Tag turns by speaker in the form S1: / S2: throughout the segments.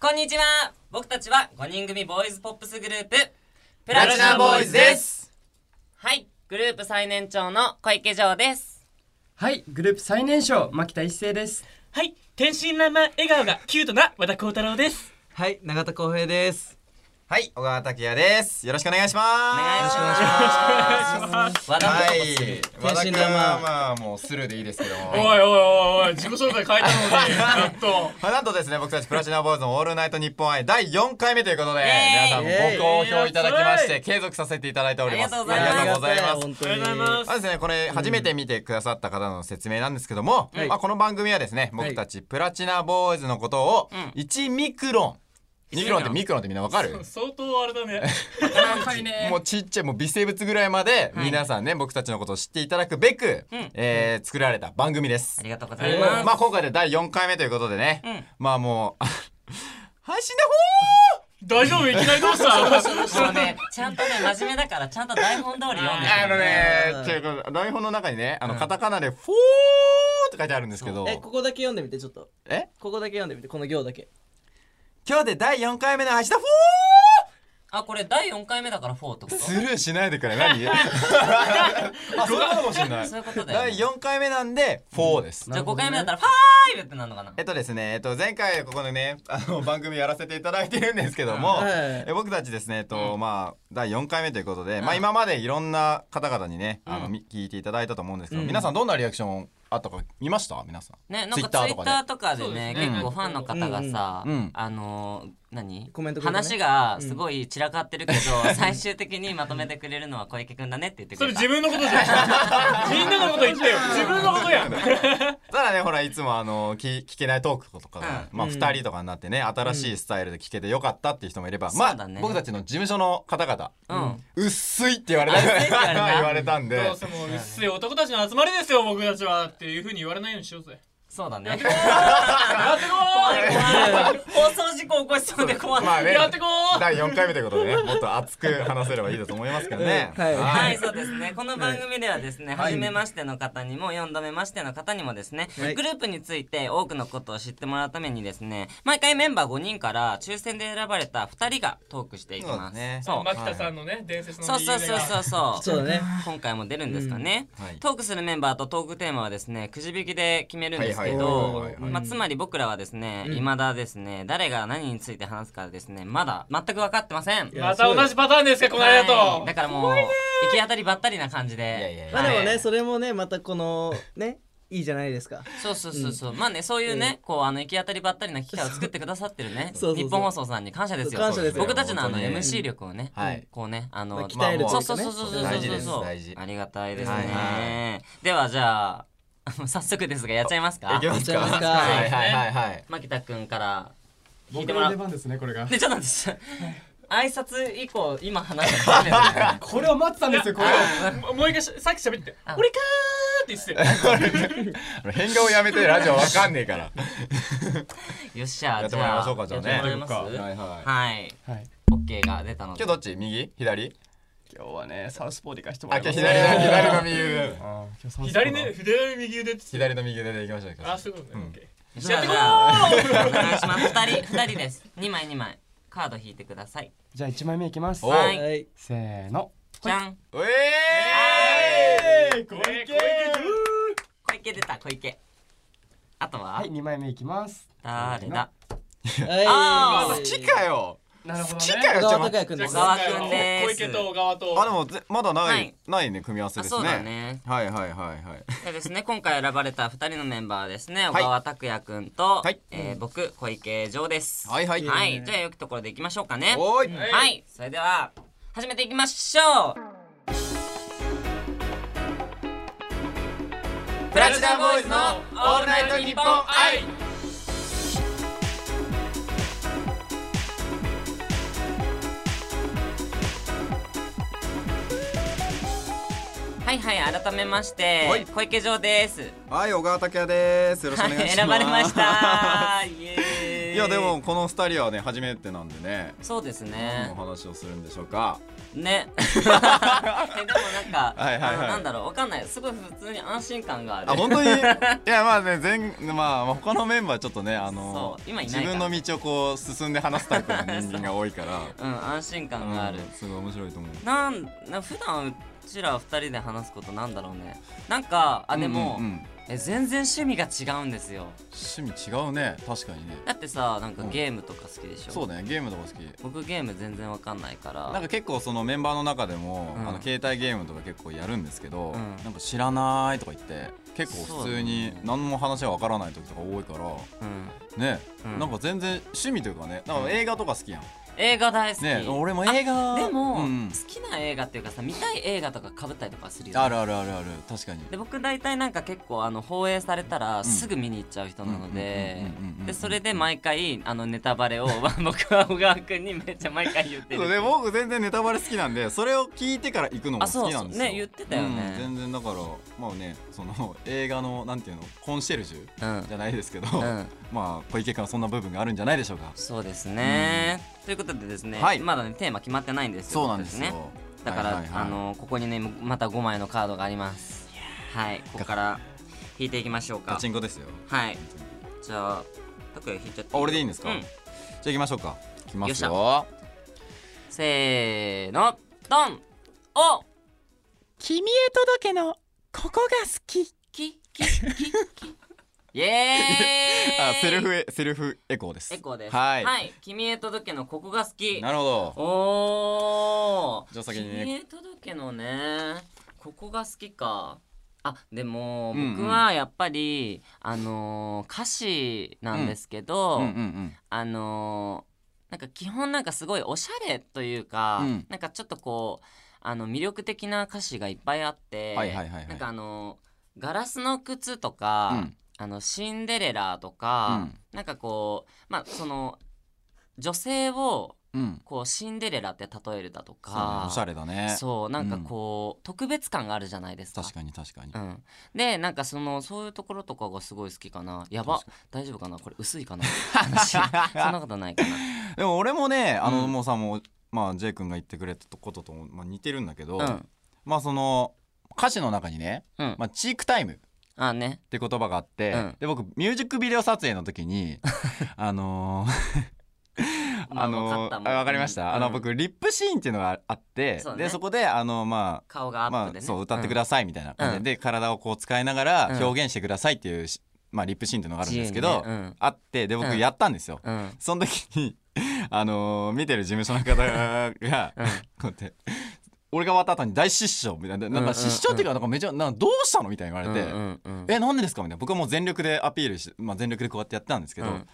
S1: こんにちは僕たちは5人組ボーイズポップスグループプ
S2: プラチナボーイズです
S1: はいグループ最年長の小池城です
S3: はい、グループ最年少、牧田一成です。
S4: はい、天真爛漫笑顔がキュートな和田幸太郎です。
S5: はい、永田光平です。
S2: はい、小川拓也です。よろしくお願いします。
S1: お願いし
S2: よろ
S1: ま
S2: し
S1: す
S2: くお願いします
S1: 和田
S2: は
S1: 君
S2: い、和
S5: 天
S2: 田
S5: 真
S2: 君
S5: 爛漫
S2: はまあもうスルーでいいですけども。
S4: いおいおい、自己紹介変えたのに、ちょっ
S2: まあなんとですね、僕たちプラチナボーイズのオールナイト日本愛第4回目ということで、皆さんご好評いただきまして、継続させていただいております。
S1: ありがとうございます
S2: ありがとうございます。
S5: 本
S4: と。ありがとうござい
S2: ま
S4: ま
S2: あですね、これ初めて見てくださった方の説明なんですけども、
S5: はい
S2: まあ、この番組はですね僕たちプラチナボーイズのことを1ミクロン、ミクロンってミクロンってみんなわかる
S4: す。相当あれだね。
S3: はいね
S2: もうちっちゃいもう微生物ぐらいまで皆さんね、僕たちのことを知っていただくべく、
S1: うん
S2: えー作られた番組です
S1: ありがとうございます、
S2: まあ今回で第4回目ということでね、
S1: ん
S2: まあもう 配信
S4: 大丈夫いきなりどう した
S1: もうね、ちゃんとね、真面目だから、ちゃんと台本通り読んで
S2: の方あの
S5: う
S2: ね
S5: ん
S2: ということで台本の中にねあのカタカナで「フォー」って書いてあるんですけど
S5: え、ここだけ読んでみて、ちょっと。
S2: え
S5: ここだけ読んでみて、この行だけ。
S2: 今日で第4回目の「橋田フォ
S1: あ、これ第4回目だから4ってこと
S2: ー」スルーしないでく れ何 あそうなのかもしれない
S1: そういうことだよ、
S2: 第
S1: ね。
S2: 4回目なんで「フォー」です
S1: じゃあ5回目だったら、ファイブってなるのかな
S2: えっとですね、えっと、前回ここでねあの番組やらせていただいてるんですけども、
S5: うん
S2: え僕たちですね、えっとまあ、第4回目ということで、まあ、今までいろんな方々にね、あのみ聞いていただいたと思うんですけど、
S5: うん
S2: 皆さんどんなリアクションあったか見ました皆さん。
S1: ね、なんかツイ
S2: Twitter
S1: ッ
S2: とか
S1: タ
S2: で
S1: ーとかでね
S4: そうですね
S1: 結構ファンの方がさ、
S2: うんうん
S1: あのー何
S5: コメントくれたね
S1: 話がすごい散らかってるけど、最終的にまとめてくれるのは小池くんだねって言って
S4: そ
S1: く
S4: れ
S1: れた
S4: 自分 のことじゃん。みんなのこと言ってよ。自分のことやん。
S2: ただねほらいつもあの聞聞けないトークとかが、まあ、
S5: うん
S2: 2人とかになってね新しいスタイルで聞けてよかったっていう人もいれば、
S1: うん
S2: ま
S1: そう
S2: あ
S1: だね
S2: 僕たちの事務所の方々
S1: うん
S2: 「薄い」って言われた 言われたんで
S4: どうせもう薄い男たちの集まりですよ、僕たちは。っていうふうに言われないようにしよ うぜ。
S1: そうだね
S4: やってこ
S1: 放送事故起こしそうで怖い、
S2: まあ
S4: ー
S2: ね
S4: やってこー
S2: 第4回目ということでねもっと熱く話せればいいだと思いますけどね。
S5: はい
S1: はい、そうですね。この番組ではですね、初めましての方にも、4度目ましての方にもですね、
S5: はい
S1: グループについて多くのことを知ってもらうためにですね、毎回メンバー5人から抽選で選ばれた2人がトークしていき
S2: そう
S1: ま
S2: だ
S1: す。
S2: ね
S1: そう
S4: 牧田さんのね、伝説の
S1: そうそうそうそうそう。
S5: そうだね。
S1: 今回も出るんですかね、
S2: うんはい
S1: トークするメンバーとトークテーマはですねくじ引きで決めるんですけ
S2: はいはいはい
S1: ど
S2: はい
S5: はい
S1: まあつまり僕らはですね、
S5: うん
S1: 未だですね誰が何について話すかですねまだ全く分かってません
S5: いや
S4: また同じパターンですか、この間
S1: はい
S4: と
S1: だ。からもう行き当たりばったりな感じで
S2: いやいやいや
S5: まあ
S1: はい
S5: でもね、それもね、またこの、ね、いいじゃないですか。
S1: そうそうそうそう、まあねそういうね、こうあの行き当たりばったりな機会を作ってくださってるね
S5: そうそうそう
S1: 日本放送さんに感謝ですよ
S5: 感謝ですよ
S1: 僕たちのあの
S2: 本当にね
S1: MC 力をね、
S2: はい
S1: こうねあの、
S5: まあ鍛えるという
S1: そ
S5: か
S1: う
S5: ね
S1: そうそうそうそうそう
S2: 大事です大事
S1: ありがたいですね、
S2: はいは
S1: ではじゃあ 早速ですがやっちゃいますか
S2: いきますか。
S5: 行っちゃいますか
S2: はいはいはいはい。
S1: 牧田君から聞いてもらう
S3: 番ですね、これが。
S1: でちょっと待って挨拶以降今話したの初めて だから
S3: これを待ってたんですよ、これ。
S4: ももう一回しさっき喋って
S1: あ
S4: た俺かーって言ってたよ
S2: あの変顔やめてラジオわかんねえから。
S1: よっしゃ
S2: やって
S1: じ
S2: もらい
S1: ゃあ
S2: ましょうかじゃあね
S1: やってもらいます
S2: は
S1: はい
S2: はい。
S1: い
S3: はい。
S1: OK が出たの
S2: 今日
S1: で
S2: どっち右左
S3: 今日はね、サウスポーで行かしても
S2: あ、
S3: らい
S2: 今
S3: ま
S2: 日
S3: す。
S2: 左だ、左の右腕。
S3: あー今日サウスポーだ
S4: 左ね、左右腕って言って
S2: 左の右腕でいきましょう
S4: たあ、
S2: か。
S4: そういうことね、オッケー
S1: じゃあ
S4: やって
S1: じ
S4: こ
S1: ゃあお願いします。二人二人です。二枚二枚カード引いてください。
S3: じゃあ一枚目いきます
S2: お。
S1: は
S5: はいい。
S3: せーの。
S1: じゃん。
S2: うえーい
S4: 小
S2: 小
S4: 池
S2: 池
S1: 小池出た小池。あとは
S3: はい、二枚目いきます。
S1: 誰だ。あ
S5: は
S1: ー
S2: 好きかよ
S3: なるほ
S2: 好
S3: ど
S2: き
S3: ね。
S2: かよ
S5: 小
S2: ちょっ
S5: 川隆
S2: と
S5: 也くん
S4: じゃ
S5: で
S4: あ
S5: す。
S1: 小川君です
S4: 小池と小川と
S2: あ、でもぜまだな
S1: はいい
S2: ないね、組み合わせ
S1: あ
S2: です
S1: そうだ
S2: ね。
S1: ね。
S2: はいはいはいはい。
S1: でですね今回選ばれた二人のメンバーはですね小川拓也くんと
S2: はい
S1: えー僕小池城です。
S2: はいはい
S1: はいじゃあよくところでいきましょうかね。
S2: おーい
S1: はいそれでは始めていきましょう。
S2: プラチナボーイズのオールナイトニッポン愛
S1: はいはい改めまして
S2: はい
S1: 小池城です。
S2: はい、小川拓也です。よろしくお願いします。
S1: 選ばれました。イエーイ
S2: いやでもこの2人はね初めてなんでね
S1: そうですね
S2: お話をするんでしょ うか
S1: ねえでもなんか、
S2: はいはいは
S1: あ
S2: い
S1: のなんだろうわかんないすごい普通に安心感がある
S2: あ本当にいやまあね全まあ他のメンバーちょっとねあの
S1: そう今いないか
S2: 自
S1: ら
S2: 分の道をこう進んで話すタイプの人間が多いから
S1: うん安心感がある
S2: うん、すごい面白いと思う
S1: なんな普段うちら二人で話すことなんだろうねなんかあでも、
S2: うんうんうん
S1: え全然趣味が違うんですよ
S2: 趣味違うね確かにね
S1: だってさなんか
S2: うん
S1: ゲームとか好きでしょ、
S2: そうだねゲームとか好き
S1: 僕ゲーム全然わかんないから
S2: なんか結構そのメンバーの中でも、
S1: うん
S2: あの携帯ゲームとか結構やるんですけど、
S1: ん
S2: なんか知らないとか言って結構普通
S1: そう
S2: に
S1: だね
S2: 何も話がわからない時とか多いから
S1: うん、
S2: ね、
S1: うん
S2: なんか全然趣味というかねなんか映画とか好きやん、
S1: 映画大好き、
S2: ね俺も映画
S1: でも、
S2: うん
S1: 好きな映画っていうかさ見たい映画とかかぶったりとかするよ、ね、
S2: あるあるあるある確かに
S1: で僕大体なんか結構あの放映されたらすぐ見に行っちゃう人なので
S2: うんうんうんうんうんうん
S1: でそれで毎回あのネタバレを 僕は小川君にめっちゃ毎回言って
S2: そう
S1: る
S2: で僕全然ネタバレ好きなんでそれを聞いてから行くのも
S1: あそ
S2: 好
S1: う
S2: き
S1: そ
S2: な
S1: うん
S2: ですよ
S1: ね言ってたよね
S2: うん全然だからまあねその映画のなんていうのコンシェルジュ
S1: うん、
S2: じゃないですけど、
S1: うん
S2: まあ小池君はそんな部分があるんじゃないでしょうか
S1: そうですねということでですね、
S2: はい
S1: まだねテーマ決まってないんですよ
S2: そうなんですよ、
S1: 僕たちねだから、
S2: はいはいはい
S1: あのここにねまた5枚のカードがありますはいここから引いていきましょう
S2: ガ
S1: か
S2: チンコですよ
S1: はいじゃあ拓也引いちゃって
S2: あ俺でいいんですか、
S1: うん
S2: じゃあ行きましょうか行きますよ
S1: せーのドンお
S6: 君へ届けのここが好き
S1: キ キキキイエーイ
S2: あセルフエセルフエコーです
S1: エコーです
S2: はい、
S1: 君へ届けのここが好き
S2: なるほど
S1: おー
S2: じゃあ先にね
S1: 君へ届けのねここが好きかあでも
S2: うんうん
S1: 僕はやっぱり、あのー歌詞なんですけど、
S2: うんうんうん
S1: あのーなんか基本なんかすごいおしゃれというか、
S2: うん
S1: なんかちょっとこうあの魅力的な歌詞がいっぱいあって、
S2: はいはいはいはい
S1: なんかあのーガラスの靴」とか、
S2: うん
S1: あの「シンデレラ」とか、なんかこうまあその女性を
S2: うん
S1: こうシンデレラって例えるだと
S2: そうだね
S1: か
S2: おしゃれだね
S1: そうなんかこう、特別感があるじゃないですか。
S2: 確かに確かに、
S1: うん、でなんかそのそういうところとかがすごい好きかなやば大丈夫かなこれ薄いかな 話そんなことないかな
S2: でも俺もねあの、
S1: うん
S2: もうさもうまあ J 君が言ってくれたことと、まあ、似てるんだけど、
S1: うん
S2: まあその歌詞の中にね、
S1: うん
S2: まあ、チークタイムっ
S1: あね
S2: て言葉があって、
S1: うん
S2: で僕ミュージックビデオ撮影の時 にあのー
S1: まあわ
S2: あ
S1: かっ
S2: の
S1: た
S2: ー
S1: もん
S2: あわかりました、
S1: うん
S2: あの僕リップシーンっていうのがあって
S1: そうね
S2: でそこであのま
S1: 顔が
S2: あ
S1: アッ
S2: ま
S1: プで
S2: あ
S1: ね
S2: そう歌ってくださいみたいな感じで,、
S1: うん
S2: で体をこう使いながら表現してくださいっていうし、まあ、リップシーンっていうのがあるんですけど、
S1: 自由にね
S2: あってで
S1: う
S2: 僕
S1: ん
S2: やったんですよ、
S1: うんうん
S2: その時に、 あのー見てる事務所の方が、
S1: うん
S2: こうやって、俺が終わった後に大失笑みたいな、なんか失笑っていうか、なんかめちゃ、なんかどうしたのみたいに言われて、
S1: うんうん
S2: え、なんでですかみたいな。僕はもう全力でアピールして、まあ、全力でこうやってやってたんですけど、
S1: うん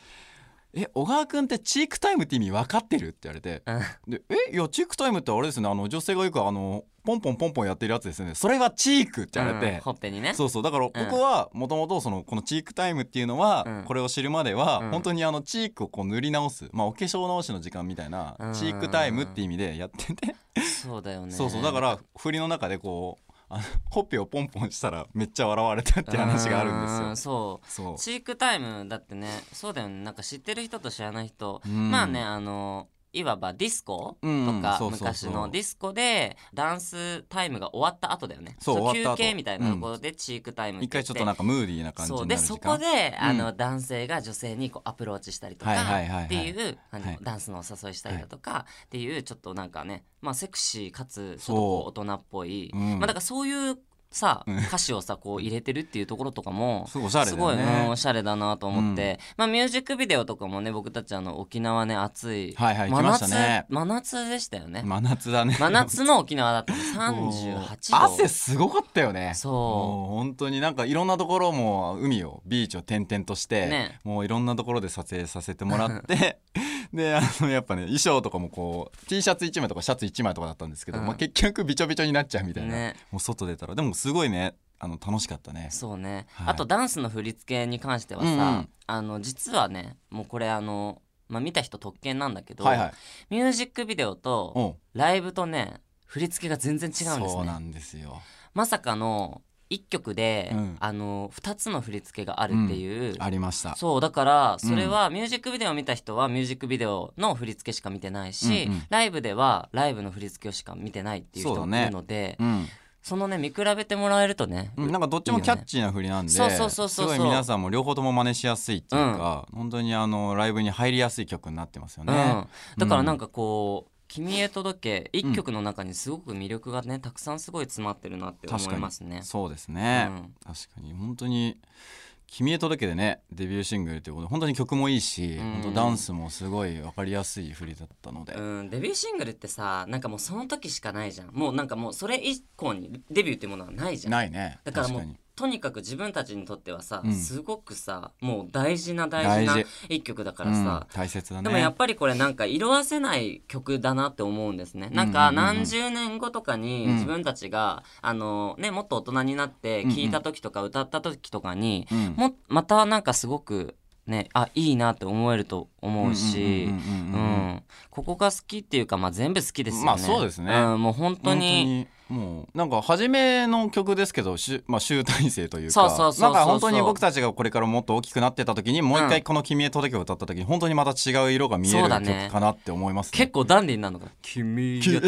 S2: え、小川君ってチークタイムって意味分かってるって言われて、
S1: うん
S2: でえ、いや、チークタイムってあれですね、あの、女性がよくあの、ポンポンポンポンやってるやつですよね。それはチークって言われて、
S1: うんほっぺにね
S2: そうそうだから僕はもともとそのこのチークタイムっていうのは、
S1: うん
S2: これを知るまでは
S1: うん
S2: 本当にあのチークをこう塗り直す、まあお化粧直しの時間みたいな
S1: うん
S2: チークタイムって意味でやってて、
S1: そうだよね
S2: そうそうだから振りの中でこうあのほっぺをポンポンしたらめっちゃ笑われたって話があるん
S1: う
S2: ですよ。
S1: そう
S2: そう
S1: チークタイムだってねそうだよねなんか知ってる人と知らない人、
S2: うん
S1: まあねあのいわばディスコと
S2: うんうん
S1: か
S2: そうそう
S1: 昔
S2: そう
S1: のディスコでダンスタイムが終わった後だよね
S2: そう終わ
S1: 休
S2: った後
S1: 憩みたいなところでチークタイム
S2: 一回ちょっと
S1: な
S2: なんかムーディーな感じに
S1: そう
S2: な
S1: で
S2: る時
S1: そ
S2: 間
S1: こで、
S2: ん
S1: あの男性が女性にこうアプローチしたりとか
S2: はいはいはいはい
S1: っていうあの、
S2: はい
S1: ダンスのお誘いしたりだとか、っていうちょっとなんかね、まあ、セクシーかつち
S2: そ
S1: ょっ
S2: う
S1: とこう大人っぽい、
S2: うん
S1: まあ、だからそういうさ
S2: うん
S1: 歌詞をさこう入れてるっていうところとかも
S2: すごいおしゃれだ
S1: す
S2: よ
S1: ごい
S2: ね
S1: うんおしゃれだなと思って、まあ、ミュージックビデオとかもね僕たちあの沖縄ね暑い、
S2: はいはい
S1: 真
S2: 来まし
S1: 夏
S2: たね
S1: 真夏でしたよね
S2: 真夏だね
S1: 真夏の沖縄だっ たの
S2: もう
S1: 38度
S2: 汗すごかったよね
S1: そう
S2: もう本当になんかいろんなところも海をビーチを転々として、
S1: ね
S2: もういろんなところで撮影させてもらって であのやっぱね衣装とかもこう T シャツ1枚とかシャツ1枚とかだったんですけど、
S1: うん
S2: まあ、結局びちょびちょになっちゃうみたいな、
S1: ね
S2: もう外出たらでもすごいねあの楽しかったね
S1: そうね、
S2: はい
S1: あとダンスの振り付けに関してはさ、
S2: うんうん
S1: あの実はねもうこれあの、まあ、見た人特権なんだけど、
S2: はいはい
S1: ミュージックビデオと
S2: おう
S1: ライブとね振り付けが全然違うんです
S2: そうな
S1: ね
S2: んですよ
S1: まさかの一曲で、
S7: うん
S1: あの二つの振り付けがあるっていう、
S7: ありました
S1: そうだからそれはミュージックビデオを見た人はミュージックビデオの振り付けしか見てないし、
S7: うんうん
S1: ライブではライブの振り付けをしか見てないっていう人
S7: そうだ
S1: も
S7: ね
S1: いるのでそ,、
S7: うん
S1: のね見比べてもらえるとね、
S7: うん、なんかどっちもキャッチーな振りなんで
S1: いいよねそうそうそうそうそう
S7: すごい皆さんも両方とも真似しやすいっていうか、本当にあのライブに入りやすい曲になってますよ
S1: う
S7: ね。
S1: ん、だからなんかこう「君へ届け」一曲の中にすごく魅力がねたくさんすごい詰まってるなって思
S7: 確か
S1: い
S7: に
S1: ますね。
S7: そうですね、
S1: うん
S7: 確かに本当に「君へ届け」でねデビューシングルってことで本当に曲もいいし、
S1: ん
S7: 本当ダンスもすごい分かりやすい振りだったので、
S1: うん、デビューシングルってさなんかもうその時しかないじゃんもうなんかもうそれ以降にデビューっていうものはないじゃん
S7: ないね
S1: だからも
S7: 確
S1: う
S7: かに
S1: とにかく自分たちにとってはさ、
S7: うん
S1: すごくさもう大事な大事
S7: 大
S1: な
S7: 事
S1: 一曲だからさ、
S7: うん大切だね
S1: でもやっぱりこれなんか色あせない曲だなって思うんですね。なんか何十年後とかに
S7: うん
S1: 自分たちが、あのねもっと大人になって
S7: うんうん
S1: 聴いた時とか歌った時とかに、
S7: うん
S1: もまたなんかすごくねあいいなって思えると思うし
S7: う。んうんうんうん
S1: う
S7: うん
S1: ん、ここが好きっていうか、まあ、全部好きですよね。
S7: まあそうですね
S1: うん、もう本当
S7: 本
S1: に
S7: 当にもうなんか初めの曲ですけど、しゅまあ、集大成というか
S1: そうそうそうそう
S7: なんか本当に僕たちがこれからもっと大きくなってた時にもう一回この「君へ届け」を歌った時に本当にまた違う色が見え
S1: そう
S7: る
S1: だね
S7: 曲かなって思います、ね
S1: 結構ダンディーなのかな。君が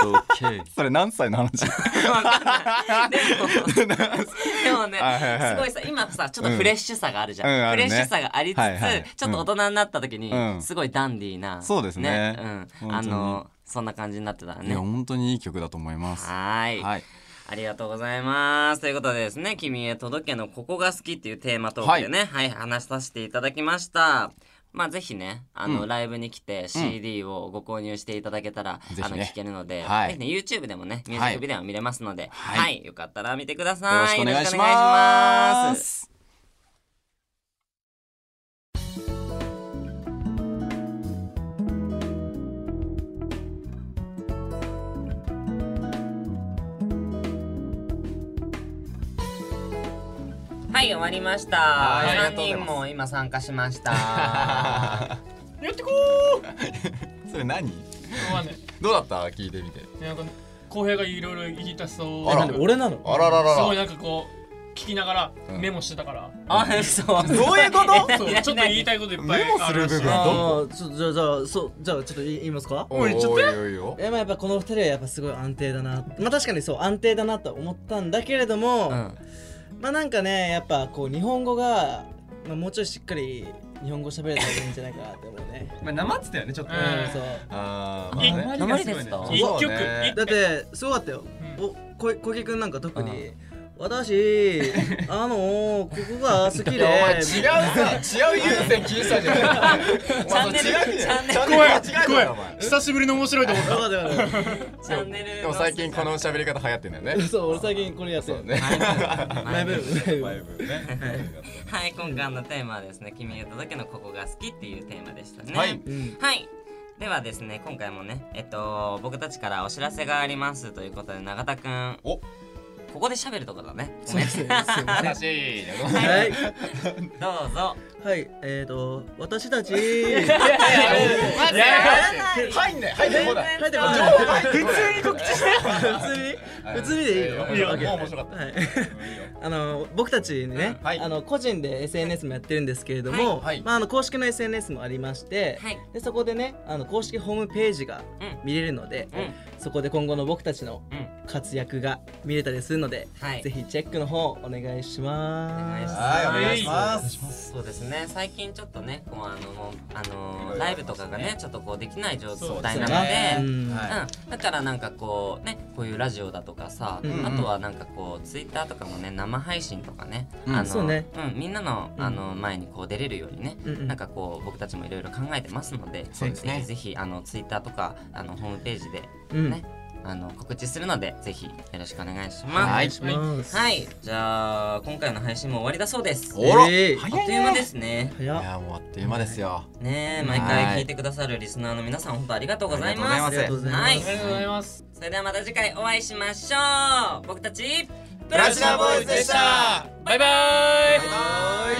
S1: 届け。
S7: それ何歳の話
S1: わかんないでもでもね、
S7: はいはいはい
S1: すごいさ今さちょっとフレッシュさがあるじゃん、
S7: うんうんあ
S1: フレ
S7: るね
S1: ッシュさがありつつ、
S7: はいはい
S1: ちょっと大人になった時に、
S7: うん
S1: すごいダンディーな
S7: そうですね
S1: う
S7: 本
S1: ん、
S7: 当
S1: あ
S7: に
S1: のそんな感じになってたら
S7: いや
S1: ね
S7: 本当にいい曲だと思います
S1: はーい
S7: はい
S1: ありがとうございますということでですね「君へ届け」の「ここが好き」っていうテーマトークでね、はい話させていただきましたまあぜひねあの、ライブに来て CD をご購入していただけたら、
S7: ぜひね
S1: あの聞けるので、
S7: はい
S1: ぜひね YouTube でもねミュージックビデオ見れますので、
S7: はい
S1: はいよかったら見てくだ
S7: よろ
S1: さ
S7: し
S1: い
S7: くお願いし
S1: よろくお願いし
S7: ま
S1: ます
S7: す
S1: はい終わりました
S2: いあ
S1: 3
S2: りがとうござい
S1: 人
S2: ます
S1: も今参加しました
S4: やってこ
S7: それ何
S4: ーわかんない
S2: どうだった聞いてみて
S4: なんか浩平がいろいろ言いたそう
S2: あら
S5: なんで俺なの
S2: あららら
S4: すごい
S2: ら
S4: なんかこう聞きながら
S2: うん
S4: メモしてたから、
S1: あそう
S2: どういうこと
S4: そうちょっと言いたいこといっぱい
S2: メモする部分
S4: あらしい
S2: どこ
S5: ああちょじゃあじゃあそうじゃあちょっと言い言いますか
S2: おいちょっとよいよ
S5: えまあやっぱこの二人はやっぱすごい安定だなまあ確かにそう安定だなとは思ったんだけれども、
S1: うん
S5: まあなんかねやっぱこう日本語が、まあ、もうちょいしっかり日本語喋れたらいいんじゃないかなって思うね
S3: まあ、なまってたよね、ちょっと
S4: う
S5: うんん
S3: ね。
S5: そう
S2: あーまあ
S4: い
S2: ね
S1: なまりですか
S2: い
S4: 一曲
S2: そうね
S4: 一
S5: だってすごかったよ、
S4: うん
S5: おこ小池くんなんか特に 私あのー、ここが好き
S2: いやお前
S5: で
S2: 違うさ違う優先聞いて たじゃんお前それ
S1: チャンネ
S2: 違う
S1: ル
S2: ね
S1: チャンネル
S2: チャンネル
S4: 声
S2: が違うだろお前
S4: 久しぶりの面白いと思っ
S5: わかったわかっ
S1: チャンネル
S2: でも最近この喋り方流行ってんだよね
S5: た そう俺最近これやってる
S2: ね
S5: マイブームマイブーム
S1: はい、今回のテーマはですね、君へ届けのここが好きっていうテーマでしたね。
S2: はい。
S5: うん
S1: はいではですね、今回もね、えっと、僕たちからお知らせがありますということで、永田くん。
S2: お
S1: ここで喋るとこだね。
S5: そうですね
S2: 悲しい
S5: はい
S1: どうぞ。
S5: はい、えーと、私たち。
S2: いや入んない入んないこうだ
S5: 書いてもらう
S2: 普通に告知して
S5: 普通に、普通にでいいよ。
S2: いやもう
S5: OK
S2: 面白かった
S5: はい、あの僕たちにね、
S2: うんはい
S5: あの個人で SNS もやってるんですけれども、
S2: はいはい
S5: まあ、あの公式の SNS もありまして、
S1: はい。
S5: でそこでねあの公式ホームページが
S1: うん
S5: 見れるので、
S1: うん
S5: そこで今後の僕たちの
S1: うん
S5: 活躍が見れたりするので、
S1: はい
S5: ぜひチェックの方お願いします。
S2: はいお願いし
S1: す
S2: ます
S1: そうですね最近ちょっとねこうあのもうあのー
S2: いろいろありますね
S1: ライブとかがねちょっとこうできない状態なので
S5: そうですねう
S1: う
S5: ん
S1: ん、だからなんかこうねこういうラジオだとかさ、
S5: うん
S1: あとはなんかこうツイッターとかもね生配信とかね、
S7: うん
S1: あの
S5: そうね
S1: うん、みんなの
S5: うん
S1: あの前にこう出れるようにね、
S5: うんうん
S1: なんかこう僕たちもいろいろ考えてますので
S7: そうですね
S1: ぜひぜひあのツイッターとかあのホームページで
S5: うん
S1: ね、あの告知するのでぜひよろしくお願いし
S5: お
S1: ます。
S5: 願いします。
S1: はい、じゃあ今回の配信も終わりだそうです。
S7: おら
S5: えー
S1: あっという間ですね。
S5: 早っ
S7: いやもうあっという間ですよ
S1: ねえ、毎回聞いてくださるリスナーの皆さん、本当ありがとうございます。
S7: ありがとう
S5: ございます
S1: はい
S4: ありがとうございます
S1: それではまた次回お会いしましょう。僕たち、プ
S2: プラチナボーイズでした
S4: バイバーイ
S2: バイバイ